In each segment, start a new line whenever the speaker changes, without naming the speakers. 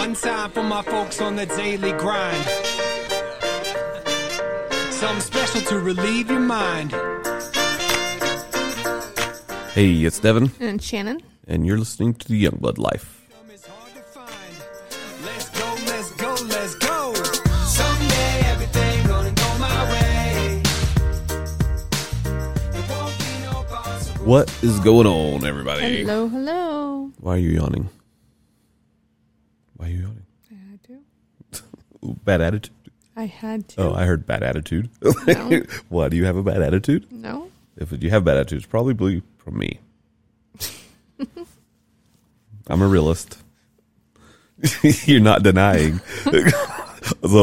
one time for my folks on the daily grind. Something special to relieve your mind.
Hey, it's Devin,
And Shannon.
and you're listening to the Youngblood Life.
Some is hard to find. Let's go, let's go, let's go. Someday everything gonna go my way. There won't be no boss.
What is going on, everybody?
Hello, hello.
Why are you yawning? Why are you yawning?
I had to.
Ooh, bad attitude.
I had to.
Oh, I heard bad attitude.
No.
Why do you have a bad attitude?
no.
If you have bad attitude, it's probably from me. I'm a realist. you're not denying. so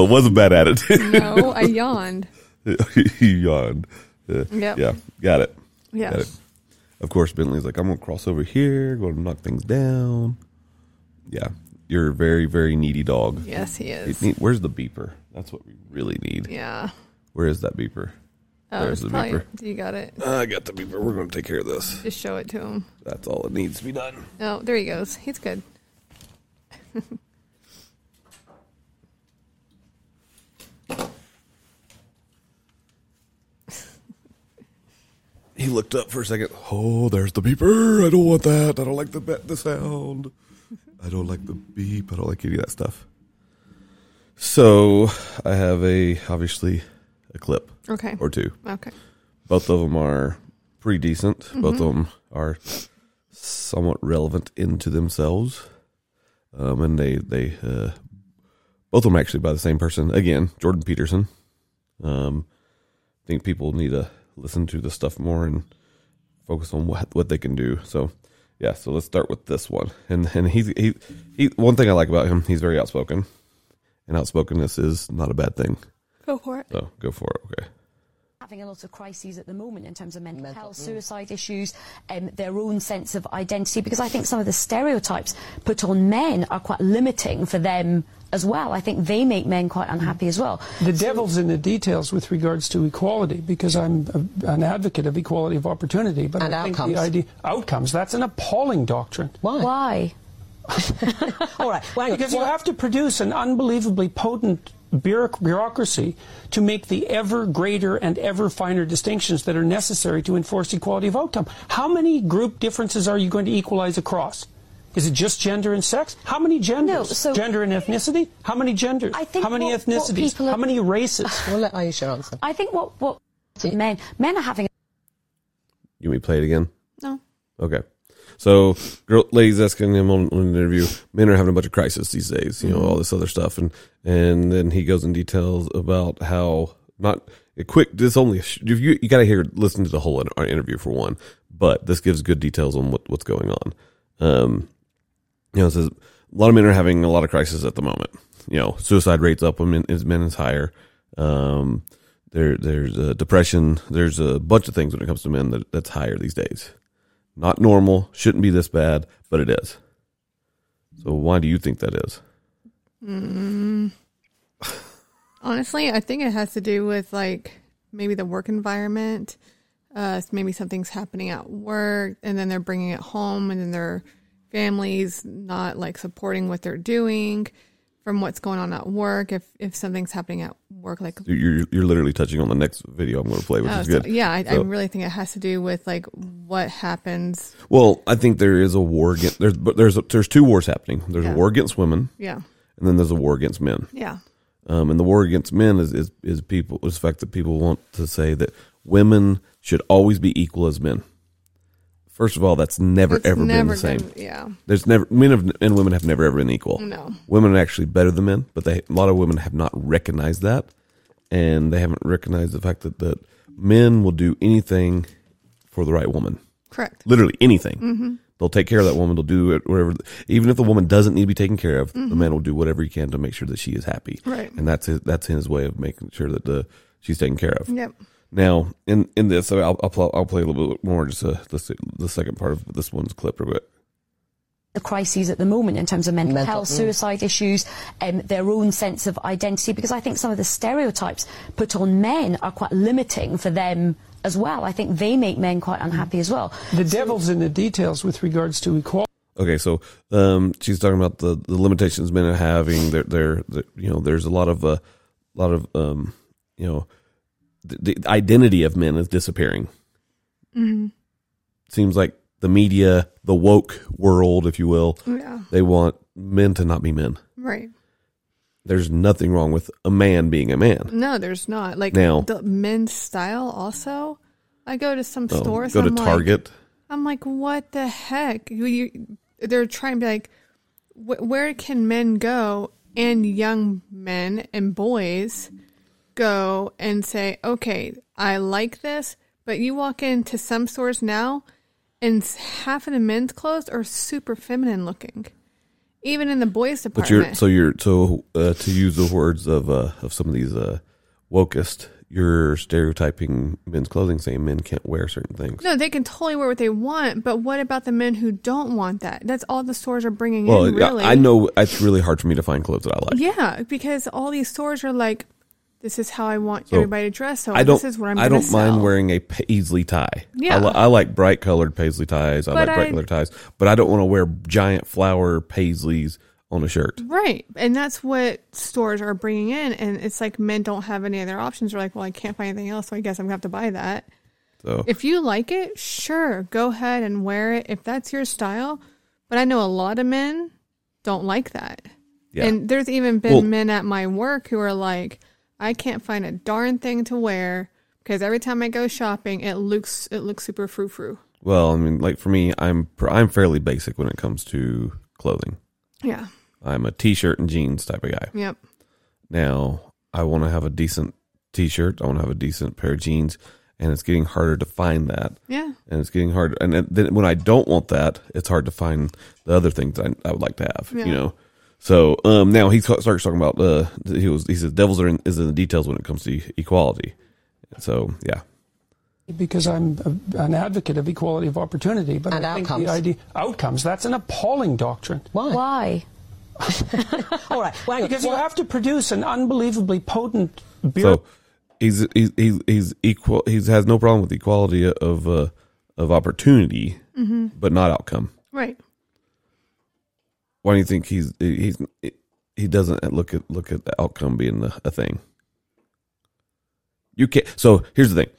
it was a bad attitude.
No, I yawned.
you yawned. Uh,
Yep.
Yeah, got it.
Yeah.
Got it. Of course, Bentley's like, I'm gonna cross over here, gonna knock things down. Yeah, you're a very, very needy dog.
Yes, he
It
is.
need- where's the beeper? That's what we really need.
Yeah.
Where is that beeper?
Oh,
There's
it's
the
probably,
beeper.
you got it.
I got the beeper. We're gonna take care of this.
Just show it to him.
That's all it needs to be done.
Oh, there he goes. He's good.
He looked up for a second. Oh, there's the beeper. I don't want that. I don't like the ba- the sound. I don't like the beep. I don't like any of that stuff. So I have a obviously a clip
Okay.
or two.
Okay.
Both of them are pretty decent. Both of them are somewhat relevant into themselves, um, and they they uh, both of them actually by the same person again, Jordan Peterson. Um, I think people need to listen to the stuff more and focus on what what they can do. So. Yeah, so let's start with this one, and and he's he he. One thing I like about him, he's very outspoken, and outspokenness is not a bad thing.
Go for it.
So go for it, okay.
having a lot of crises at the moment in terms of mental, health,
mm.
suicide issues, um, their own sense of identity, because I think some of the stereotypes put on men are quite limiting for them as well. I think they make men quite unhappy
Mm.
as well.
The devil's in the details with regards to equality, because I'm a, an advocate of equality of opportunity. But
And
I think
outcomes.
The idea, outcomes. That's an appalling doctrine.
Why?
Why?
All right. Well, hang on.
Because you
Well,
have to produce an unbelievably potent bureauc- bureaucracy to make the ever greater and ever finer distinctions that are necessary to enforce equality of outcome. How many group differences are you going to equalize across? Is it just gender and sex? How many genders?
so-
gender and ethnicity? How many genders?
I think
How many
what- what
ethnicities?
people are-
How many races?
we'll let Aisha answer.
I think what, what men men are having
You want me to play it again?
No.
Okay. So, girl, ladies asking him on, on an interview, men are having a bunch of crises these days. You know all this other stuff, and and then he goes in details about how not a quick. This only if you you got to hear listen to the whole in- interview for one, but this gives good details on what, what's going on. Um, you know, it says a lot of men are having a lot of crises at the moment. You know, suicide rates up when men is men is higher. Um, there there's uh depression. There's a bunch of things when it comes to men that, that's higher these days. Not normal. Shouldn't be this bad, but it is. So why do you think that is?
Honestly, I think it has to do with like maybe the work environment. Uh, maybe something's happening at work, and then they're bringing it home, and then their families not like supporting what they're doing from what's going on at work. If if something's happening at work, like
You're you're literally touching on the next video I'm going to play, which
oh,
is
so-
good.
yeah, I, I
So-
really think it has to do with like what happens.
Well, I think there is a war against there's but there's there's two wars happening. There's a
Yeah.
war against women,
Yeah,
and then there's a war against men.
yeah,
um, and the war against men is, is is people is the fact that people want to say that women should always be equal as men. First of all, that's never
It's
ever been the
been-
same.
yeah,
There's never men have, and women have never ever been equal.
No.
women are actually better than men, but they a lot of women have not recognized that, and they haven't recognized the fact that that men will do anything for the right woman
correct.
literally anything. They'll take care of that woman. They'll do it whatever. Even if the woman doesn't need to be taken care of, the man will do whatever he can to make sure that she is happy.
Right.
And that's his, that's his way of making sure that the she's taken care of.
Yep.
Now in in this, so I'll I'll, pl- I'll play a little bit more just uh, the se- the second part of this one's clip real quick.
the crises at the moment in terms of mental,
Mental,
health,
mm.
suicide issues, um, their own sense of identity, because I think some of the stereotypes put on men are quite limiting for them as well. I think they make men quite unhappy as well.
The devil's in the details with regards to equality.
Okay, so um, she's talking about the, the limitations men are having. There, there, there- you know, there's a lot of a uh, lot of um, you know, the, the identity of men is disappearing.
Mm-hmm.
Seems like the media, the woke world, if you will,
Yeah.
they want men to not be men.
Right.
There's nothing wrong with a man being a man.
No, there's not. Like
Now-
the men's style also. I go to some
Oh,
stores.
go to
I'm like-
Target.
I'm like, what the heck? You, you, they're trying to be like, wh- where can men go and young men and boys go and say, okay, I like this, but you walk into some stores now and s- half of the men's clothes are super feminine looking, even in the boys'
But you're
department.
so you're so uh, to use the words of uh, of some of these uh, wokest, you're stereotyping men's clothing, saying men can't wear certain things.
no, they can totally wear what they want, but what about the men who don't want that? That's all the stores are bringing
well,
in.
yeah,
Really,
I know it's really hard for me to find clothes that I like.
Yeah, because all these stores are like, this is how I want
So,
everybody to dress. So
I don't.
this is what I'm.
I
gonna
don't mind
sell.
wearing a paisley tie.
Yeah.
I, li- I like bright colored paisley ties. I
But
like bright
I-
colored ties, but I don't want to wear giant flower paisleys on a shirt.
Right, and that's what stores are bringing in, and it's like men don't have any other options. They're like, well, I can't find anything else, so I guess I'm gonna have to buy that.
So
If you like it, sure, go ahead and wear it if that's your style. But I know a lot of men don't like that.
yeah,
And there's even been
Well-
men at my work who are like, I can't find a darn thing to wear because every time I go shopping, it looks it looks super frou frou.
well, I mean, like for me, I'm pr- I'm fairly basic when it comes to clothing.
Yeah.
I'm a t-shirt and jeans type of guy.
Yep.
Now, I want to have a decent t shirt. I want to have a decent pair of jeans. And it's getting harder to find that.
Yeah.
And it's getting harder. And then when I don't want that, it's hard to find the other things I, I would like to have,
Yeah.
you know? So um, now he ta- starts talking about uh, he was he says devils are in, is in the details when it comes to e, equality. So yeah,
because I'm a, an advocate of equality of opportunity. But
And
I think
outcomes.
the idea outcomes that's an appalling doctrine.
Why?
Why?
All right. Well, hang on.
Because
Well,
you have to produce an unbelievably potent beer.
so he's he's he's, he's equal. He has no problem with equality of uh, of opportunity, but not outcome.
Right.
why do you think he's he's he doesn't look at look at the outcome being a, a thing? You can't. So here's the thing.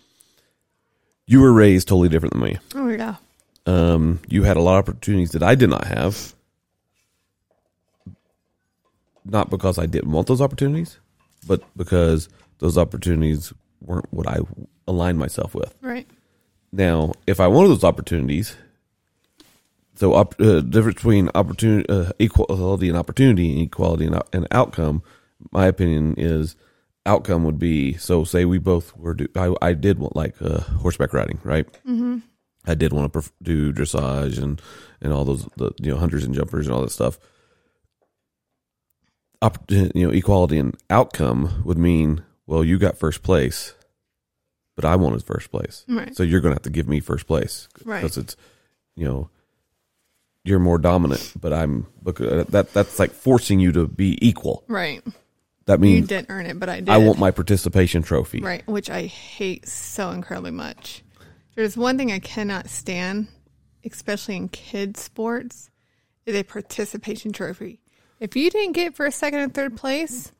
You were raised totally different than me.
Oh yeah.
Um, you had a lot of opportunities that I did not have. Not because I didn't want those opportunities, but because those opportunities weren't what I aligned myself with.
Right.
Now, if I wanted those opportunities, so op- uh, difference between opportunity, uh, equality and opportunity, and equality and, out- and outcome, my opinion is outcome would be so. Say we both were do I, I did want like uh, horseback riding, right? Mm-hmm. I did want to perf- do dressage and and all those the you know hunters and jumpers and all that stuff. Opp- you know, equality and outcome would mean well, you got first place, but I wanted first place.
Right.
So you're going to have to give me first place
Right.
because it's, you know, you're more dominant, but I'm bec- that that's like forcing you to be equal.
Right.
That
You
means
did earn it, but I did.
I want my participation trophy.
right, which I hate so incredibly much. There's one thing I cannot stand, especially in kids sports, is a participation trophy. If you didn't get first, second, and third place,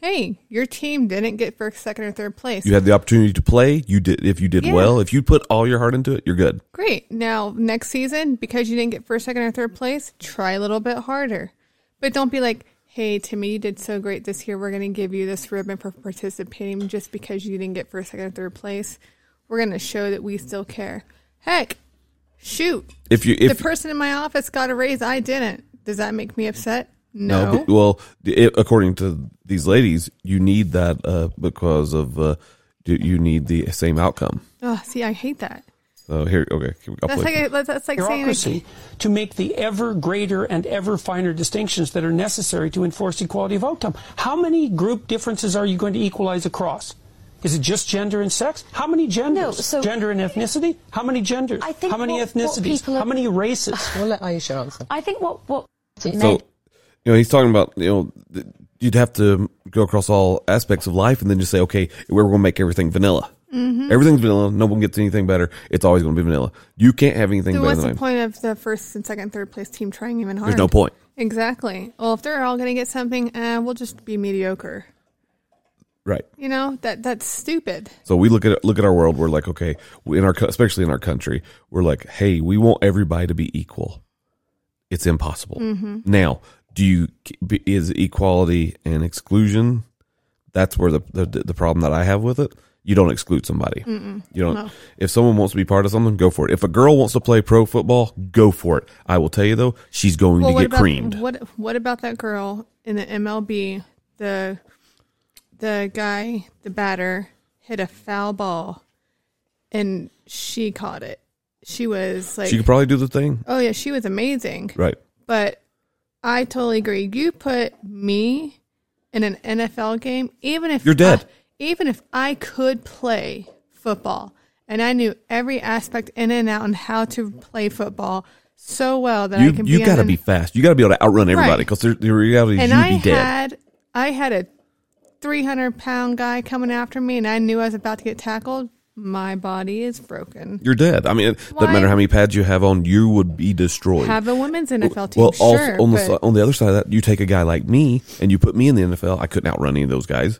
hey, your team didn't get first, second, or third place.
You had the opportunity to play. You did if you did
Yeah.
well. If you put all your heart into it, you're good.
Great. Now, next season, because you didn't get first, second, or third place, try a little bit harder. But don't be like, hey, Timmy, you did so great this year. We're going to give you this ribbon for participating just because you didn't get first, second, or third place. We're going to show that we still care. Heck, shoot.
If you if
the person in my office got a raise. I didn't. Does that make me upset? No.
but- well, it, according to these ladies, you need that uh, because of uh, you- you need the same outcome.
oh, see, I hate that.
So here, okay, I'll
That's
play.
like, a, that's- that's like saying,
bureaucracy to make the ever greater and ever finer distinctions that are necessary to enforce equality of outcome. How many group differences are you going to equalize across? Is it just gender and sex? How many genders?
so-
gender and ethnicity? How many genders?
I think
How many
what- what
ethnicities?
people are-
How many races?
we'll let Aisha answer.
I think what what
So, you know, he's talking about you know th- you'd have to go across all aspects of life and then just say, okay, we're going to make everything vanilla.
Mm-hmm.
Everything's vanilla. No one gets anything better. It's always going to be vanilla. You can't have anything
So
better
what's
than
the
that.
point of the first and second, third place team trying even harder?
There's no point.
Exactly. Well, if they're all going to get something, uh, we'll just be mediocre.
Right.
You know that that's stupid.
So we look at look at our world. We're like, okay, in our co- especially in our country, we're like, hey, we want everybody to be equal. It's impossible.
Mm-hmm.
Now, do you is equality and exclusion? That's where the, the the problem that I have with it. You don't exclude somebody. You don't. If someone wants to be part of something, go for it. If a girl wants to play pro football, go for it. I will tell you though, she's going to
what
get
about,
creamed.
What What about that girl in the MLB? The the guy, the batter, hit a foul ball, and she caught it. She was like,
she could probably do the thing,
"Oh yeah, she was amazing."
right?
But I totally agree. You put me in an NFL game, even if
You're dead.
I- even if I could play football and I knew every aspect in and out and how to play football so well that I
You
can
you
be
got to
on
be
an
fast. You got to be able to outrun everybody
Right.
because the reality is
and
you'd
I
be dead.
had I had a 300 pound guy coming after me, and I knew I was about to get tackled. My body is broken.
you're dead. I mean, it doesn't
Why-
matter how many pads you have on, you would be destroyed.
Have a women's NFL team,
well, also,
sure,
on the si-
but
on the other side of that, you take a guy like me and you put me in the NFL. I couldn't outrun any of those guys.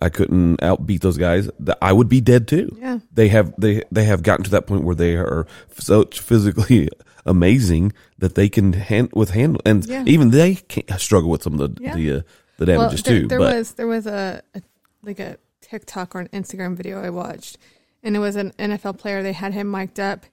I couldn't outbeat those guys. Th- I would be dead too.
Yeah.
they have they they have gotten to that point where they are so physically amazing that they can hand with handle and
Yeah.
even they can struggle with some of the
Yeah.
the, uh, the
well,
damages
there,
too.
there
but
was there was a, a like a TikTok or an Instagram video I watched, and it was an NFL player. They had him mic'd up,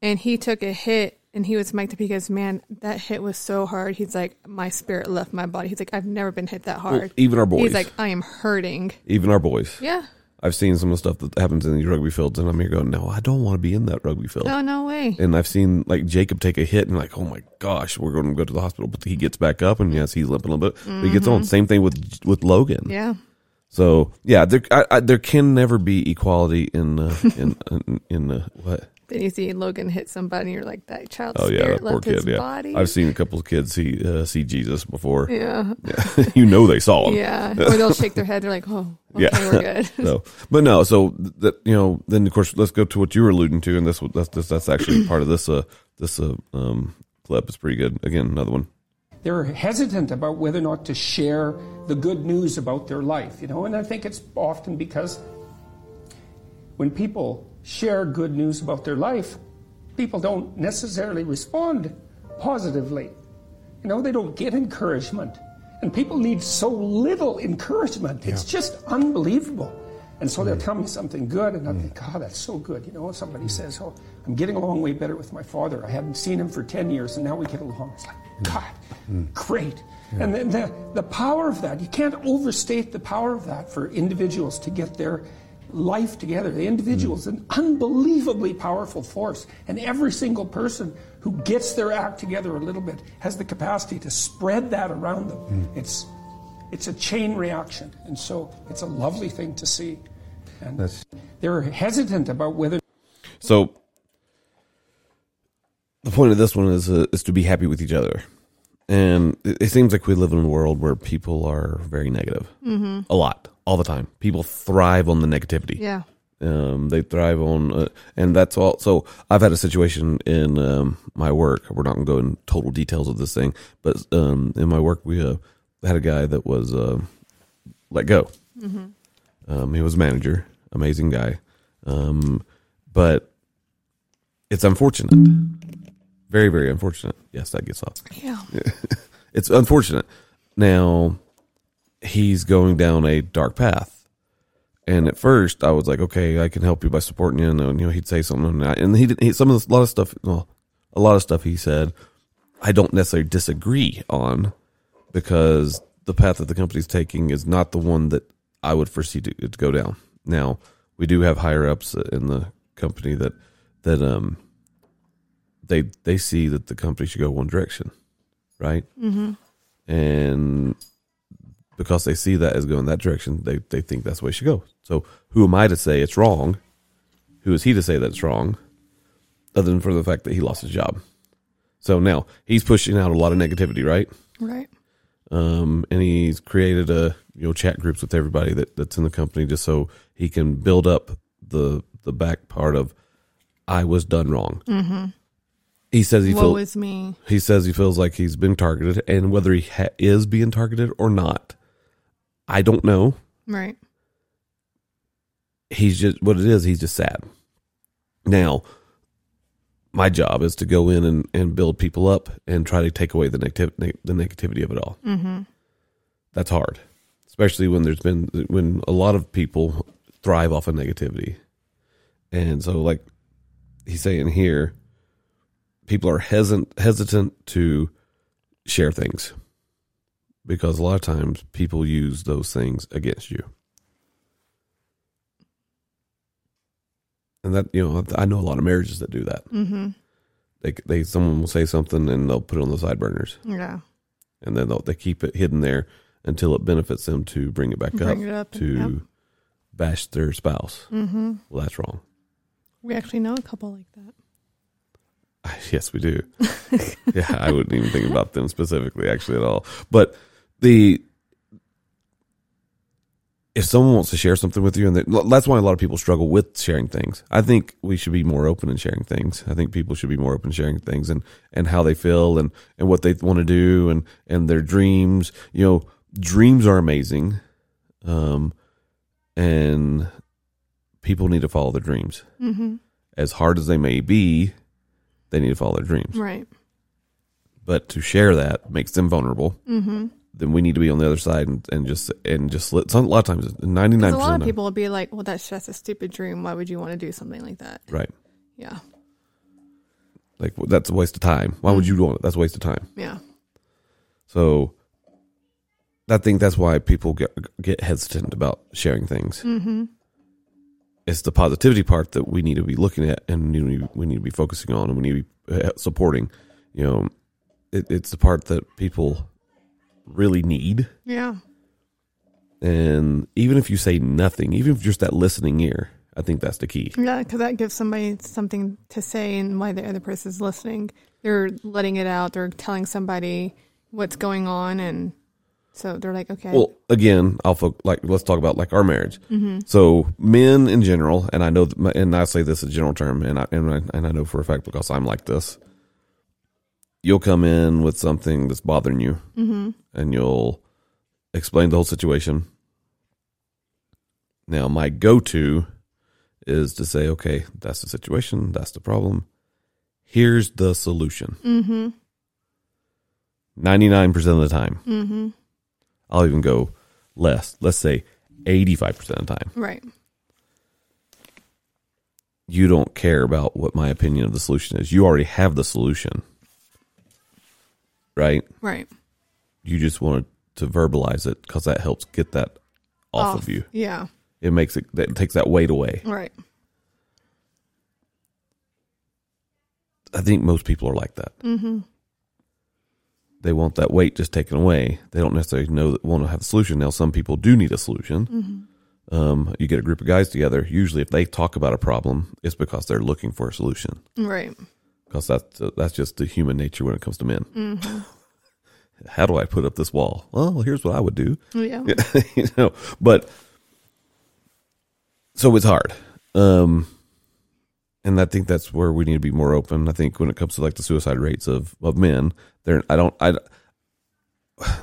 and he took a hit. And he was mic'd up. He goes, "Man, that hit was so hard." He's like, "My spirit left my body." He's like, "I've never been hit that hard."
even our boys.
He's like, "I am hurting."
even our boys,
Yeah.
I've seen some of the stuff that happens in these rugby fields, and I'm here going, no, I don't want to be in that rugby field.
Oh no way.
and I've seen like Jacob take a hit and like, oh my gosh, we're going to go to the hospital. But he gets back up and yes, he's limping a little bit. But he gets on. Same thing with with Logan.
Mm-hmm. Yeah.
So yeah, there I, I, there can never be equality in uh, in, in in uh, what?
Then you see Logan hit somebody, and you're like, that child
Oh yeah, that
spirit
poor
left
kid.
his
Yeah,
body.
I've seen a couple of kids see uh, see Jesus before.
yeah.
you know they saw him.
Yeah. Or they'll shake their head. They're like, oh, okay,
Yeah.
we're good.
so, but no, so th- that you know, then of course, let's go to what you were alluding to, and this was- that's that's, that's actually part of this uh this uh, um clip is pretty good. Again, another one.
They're hesitant about whether or not to share the good news about their life, you know, and I think it's often because when people share good news about their life, people don't necessarily respond positively. You know, they don't get encouragement. And people need so little encouragement. It's just unbelievable. And so they'll tell me something good, and I think, God, that's so good. You know, somebody says, Oh, I'm getting along way better with my father. I haven't seen him for 10 years, and now we get along. It's like, God, great. And then the, the power of that, you can't overstate the power of that for individuals to get their life together. The individual is an unbelievably powerful force, and every single person who gets their act together a little bit has the capacity to spread that around them. It's it's a chain reaction, and so it's a lovely thing to see. And they're hesitant about whether
So the point of this one is uh, is to be happy with each other, and it, it seems like we live in a world where people are very negative, mm-hmm. a lot, all the time. People thrive on the negativity.
yeah.
Um, they thrive on, uh, and that's all. So I've had a situation in um, my work. We're not going to go in total details of this thing, but um, in my work, we uh, had a guy that was uh, let go. Um, he was a manager, amazing guy, um, but it's unfortunate, very very unfortunate. Yes, that gets off
Yeah.
it's unfortunate. Now he's going down a dark path. And at first, I was like, "Okay, I can help you by supporting you." And then, you know, he'd say something, and, I, and he didn't. He, some of this, a lot of stuff, well, a lot of stuff he said, I don't necessarily disagree on, because the path that the company's taking is not the one that I would foresee to, to go down. Now, we do have higher ups in the company that that um they they see that the company should go one direction, right? and because they see that as going that direction, they they think that's the way it should go. So who am I to say it's wrong? Who is he to say that it's wrong? Other than for the fact that he lost his job. So now he's pushing out a lot of negativity, right?
Right.
um, and he's created a you know chat groups with everybody that, that's in the company just so he can build up the the back part of I was done wrong. Mm-hmm. He says he
Woe
feels
is me.
he says he feels like he's been targeted, and whether he ha- is being targeted or not, I don't know.
Right.
He's just what it is. He's just sad. Now, my job is to go in and, and build people up and try to take away the negativ- neg- the negativity of it all. Mm-hmm. That's hard, especially when there's been when a lot of people thrive off of negativity, and so like he's saying here, people are hesitant hesitant to share things because a lot of times people use those things against you. And that you know, I know a lot of marriages that do that. Mm-hmm. They they someone will say something and they'll put it on the side burners,
Yeah.
and then they'll, they keep it hidden there until it benefits them to bring it back
Bring
up,
it up,
to
yep.
bash their spouse. Mm-hmm. Well, that's wrong.
We actually know a couple like that.
Yes, we do. yeah, I wouldn't even think about them specifically, actually, at all. But the if someone wants to share something with you, and they- that's why a lot of people struggle with sharing things. I think we should be more open in sharing things. I think people should be more open sharing things and and how they feel and and what they want to do and and their dreams. You know, dreams are amazing, um, and people need to follow their dreams. As hard as they may be, they need to follow their dreams.
Right.
But to share that makes them vulnerable. Mm-hmm. Then we need to be on the other side and, and just and just let. Some, a lot of times, ninety nine
Because a lot
percent
of people will be like, well, that's just a stupid dream. Why would you want to do something like that?
right.
Yeah.
Like well, that's a waste of time. Why
Mm.
would you want it? That's a waste of time.
Yeah.
So, I think that's why people get get hesitant about sharing things. Mm-hmm. It's the positivity part that we need to be looking at, and we need to be, we need to be focusing on, and we need to be uh, supporting. You know, it, it's the part that people really need.
Yeah.
And even if you say nothing, even if just that listening ear, I think that's the key.
Yeah. Because that gives somebody something to say and why the other person's listening. They're letting it out. They're telling somebody what's going on. And so they're like, okay.
Well, again, I'll fo- like let's talk about like our marriage. So men in general, and I know, th- my- and I say this as a general term, and I, and I and I know for a fact because I'm like this. You'll come in with something that's bothering you, and you'll explain the whole situation. Now, my go-to is to say, "Okay, that's the situation. That's the problem. Here's the solution." Ninety-nine percent of the time. I'll even go less. Let's say 85% of the time.
right.
You don't care about what my opinion of the solution is. You already have the solution. Right?
Right.
You just wanted to verbalize it because that helps get that off, of you.
Yeah.
It makes it, that takes that weight away.
Right.
I think most people are like that. Mm-hmm. They want that weight just taken away. They don't necessarily know that want to have a solution. Now, some people do need a solution. Um, you get a group of guys together. Usually, if they talk about a problem, it's because they're looking for a solution.
Right.
because that's that's just the human nature when it comes to men. How do I put up this wall? Well, here's what I would do,
Yeah.
you know. But so it's hard, um, and I think that's where we need to be more open. I think when it comes to like the suicide rates of of men, there I don't I.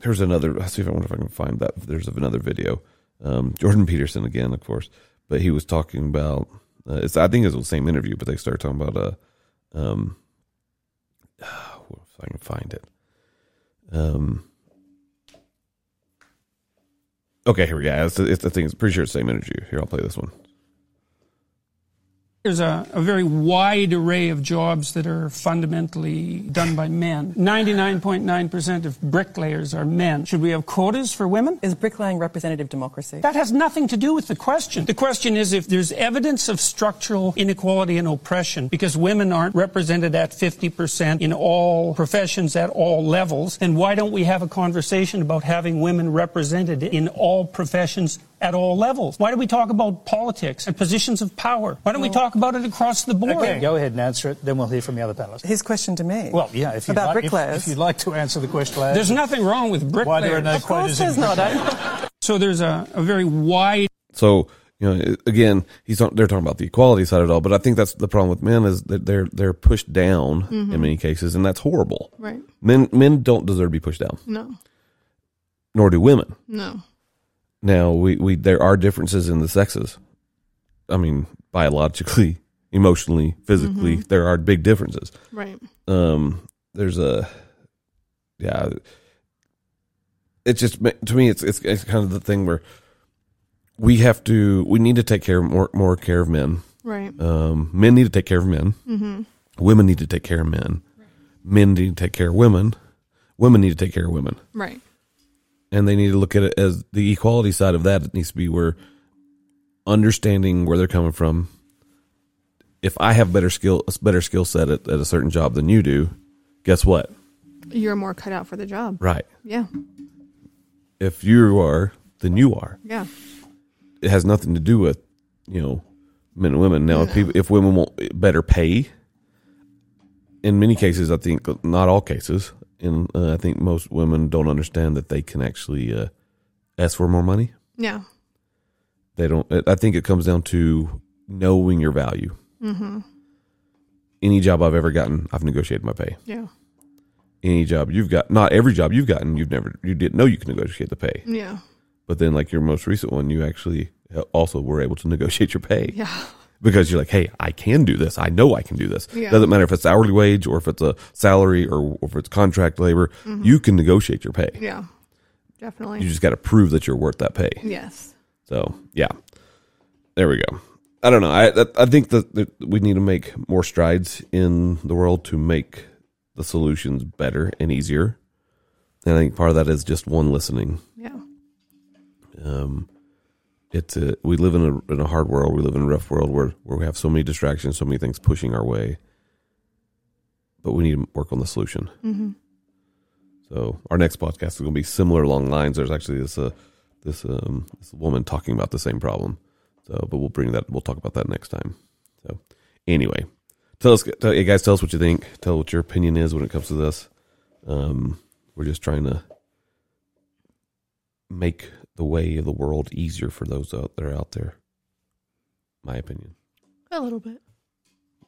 There's another. I see if I wonder if I can find that. There's another video. Um, Jordan Peterson again, of course, but he was talking about. Uh, it's I think it was the same interview, but they started talking about uh, um, if I can find it. Um. Okay, here we go. It's, it's the thing. It's pretty sure it's the same interview. Here, I'll play this one.
There's a, a very wide array of jobs that are fundamentally done by men. 99.9% of bricklayers are men. Should we have quotas for women?
Is bricklaying representative democracy?
That has nothing to do with the question. The question is if there's evidence of structural inequality and oppression because women aren't represented at 50% in all professions at all levels, then why don't we have a conversation about having women represented in all professions at all levels? Why do we talk about politics and positions of power? Why don't we talk about it across the board?
Okay, go ahead and answer it, then we'll hear from the other panelists.
His question to me.
Well, yeah, if you'd,
about
like, if,
bricklayers.
if you'd like to answer the question, lad,
There's nothing wrong with bricklayers.
why there are no
of course,
quotas in
there's not.
bricklaying?
I-
So there's a, a very wide
So you know, it- again, he's not, they're talking about the equality side of it all, but I think that's the problem with men is that they're they're pushed down in many cases, and that's horrible.
Right.
Men men don't deserve to be pushed down,
No.
nor do women.
No.
Now we, we there are differences in the sexes. I mean, biologically, emotionally, physically, there are big differences.
Right.
um there's a yeah it's just to me it's it's, it's kind of the thing where we have to we need to take care more more care of men
Right.
um men need to take care of men women need to take care of men men need to take care of women women need to take care of women
Right.
and they need to look at it as the equality side of that. It needs to be where understanding where they're coming from. If I have better skill, a better skill set at, at a certain job than you do, guess what?
You're more cut out for the job.
Right.
Yeah.
If you are, then you are.
Yeah.
It has nothing to do with you know men and women. Now, if people, if women want better pay, in many cases, I think not all cases, and uh, I think most women don't understand that they can actually uh, ask for more money.
Yeah.
they don't i I think it comes down to knowing your value any job i've ever gotten i've negotiated my pay
Yeah.
any job you've got not every job you've gotten you've never you didn't know you could negotiate the pay
Yeah.
but then like your most recent one you actually uh, also were able to negotiate your pay
Yeah.
because you're like hey i can do this i know i can do this
Yeah.
doesn't matter if it's hourly wage or if it's a salary or, or if it's contract labor
Mm-hmm.
you can negotiate your pay
Yeah.
you
Definitely.
just got to prove that you're worth that pay
Yes.
So yeah, there we go. I don't know. I that- I think that, that we need to make more strides in the world to make the solutions better and easier. And I think part of that is just one listening.
Yeah.
Um, it's a, we live in a in a hard world. We live in a rough world where where we have so many distractions, so many things pushing our way. But we need to work on the solution. So our next podcast is going to be similar along lines. There's actually this uh, this um, this woman talking about the same problem. So, but we'll bring that. We'll talk about that next time. So, anyway, tell us, tell, hey guys, tell us what you think. Tell what your opinion is when it comes to this. Um, we're just trying to make the way of the world easier for those out that are out there. My opinion,
A little bit.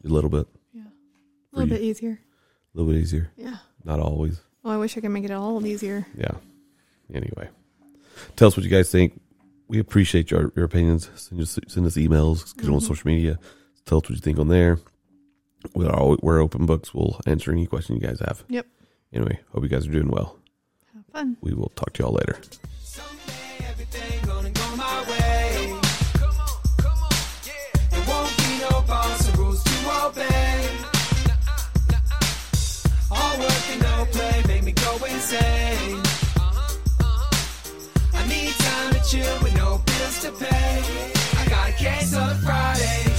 a little bit,
Yeah. A
For
little
you.
bit easier.
a little bit easier.
Yeah.
Not always.
Well, I wish I could make it a little easier.
yeah. Anyway, tell us what you guys think. We appreciate your, your opinions. Send us, send us emails. Get on social media. Tell us what you think on there. We're all, we're open books. We'll answer any question you guys have.
Yep.
Anyway, hope you guys are doing well.
Have fun.
We will talk to y'all later.
Someday everything gonna go my way. Come on, come on, yeah. There won't be no boss or rules to obey. Uh-uh, All work and no play make me go insane. Uh-huh, I need time to chill with no bills to pay. I got a case on Friday.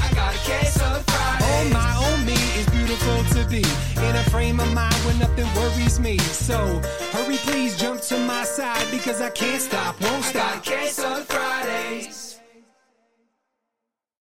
I got a case on Friday.
Oh my, oh me, it's beautiful to be in a frame of mind where nothing worries me. So hurry, please jump to my side because I can't stop, won't
I
stop.
got a case on Fridays.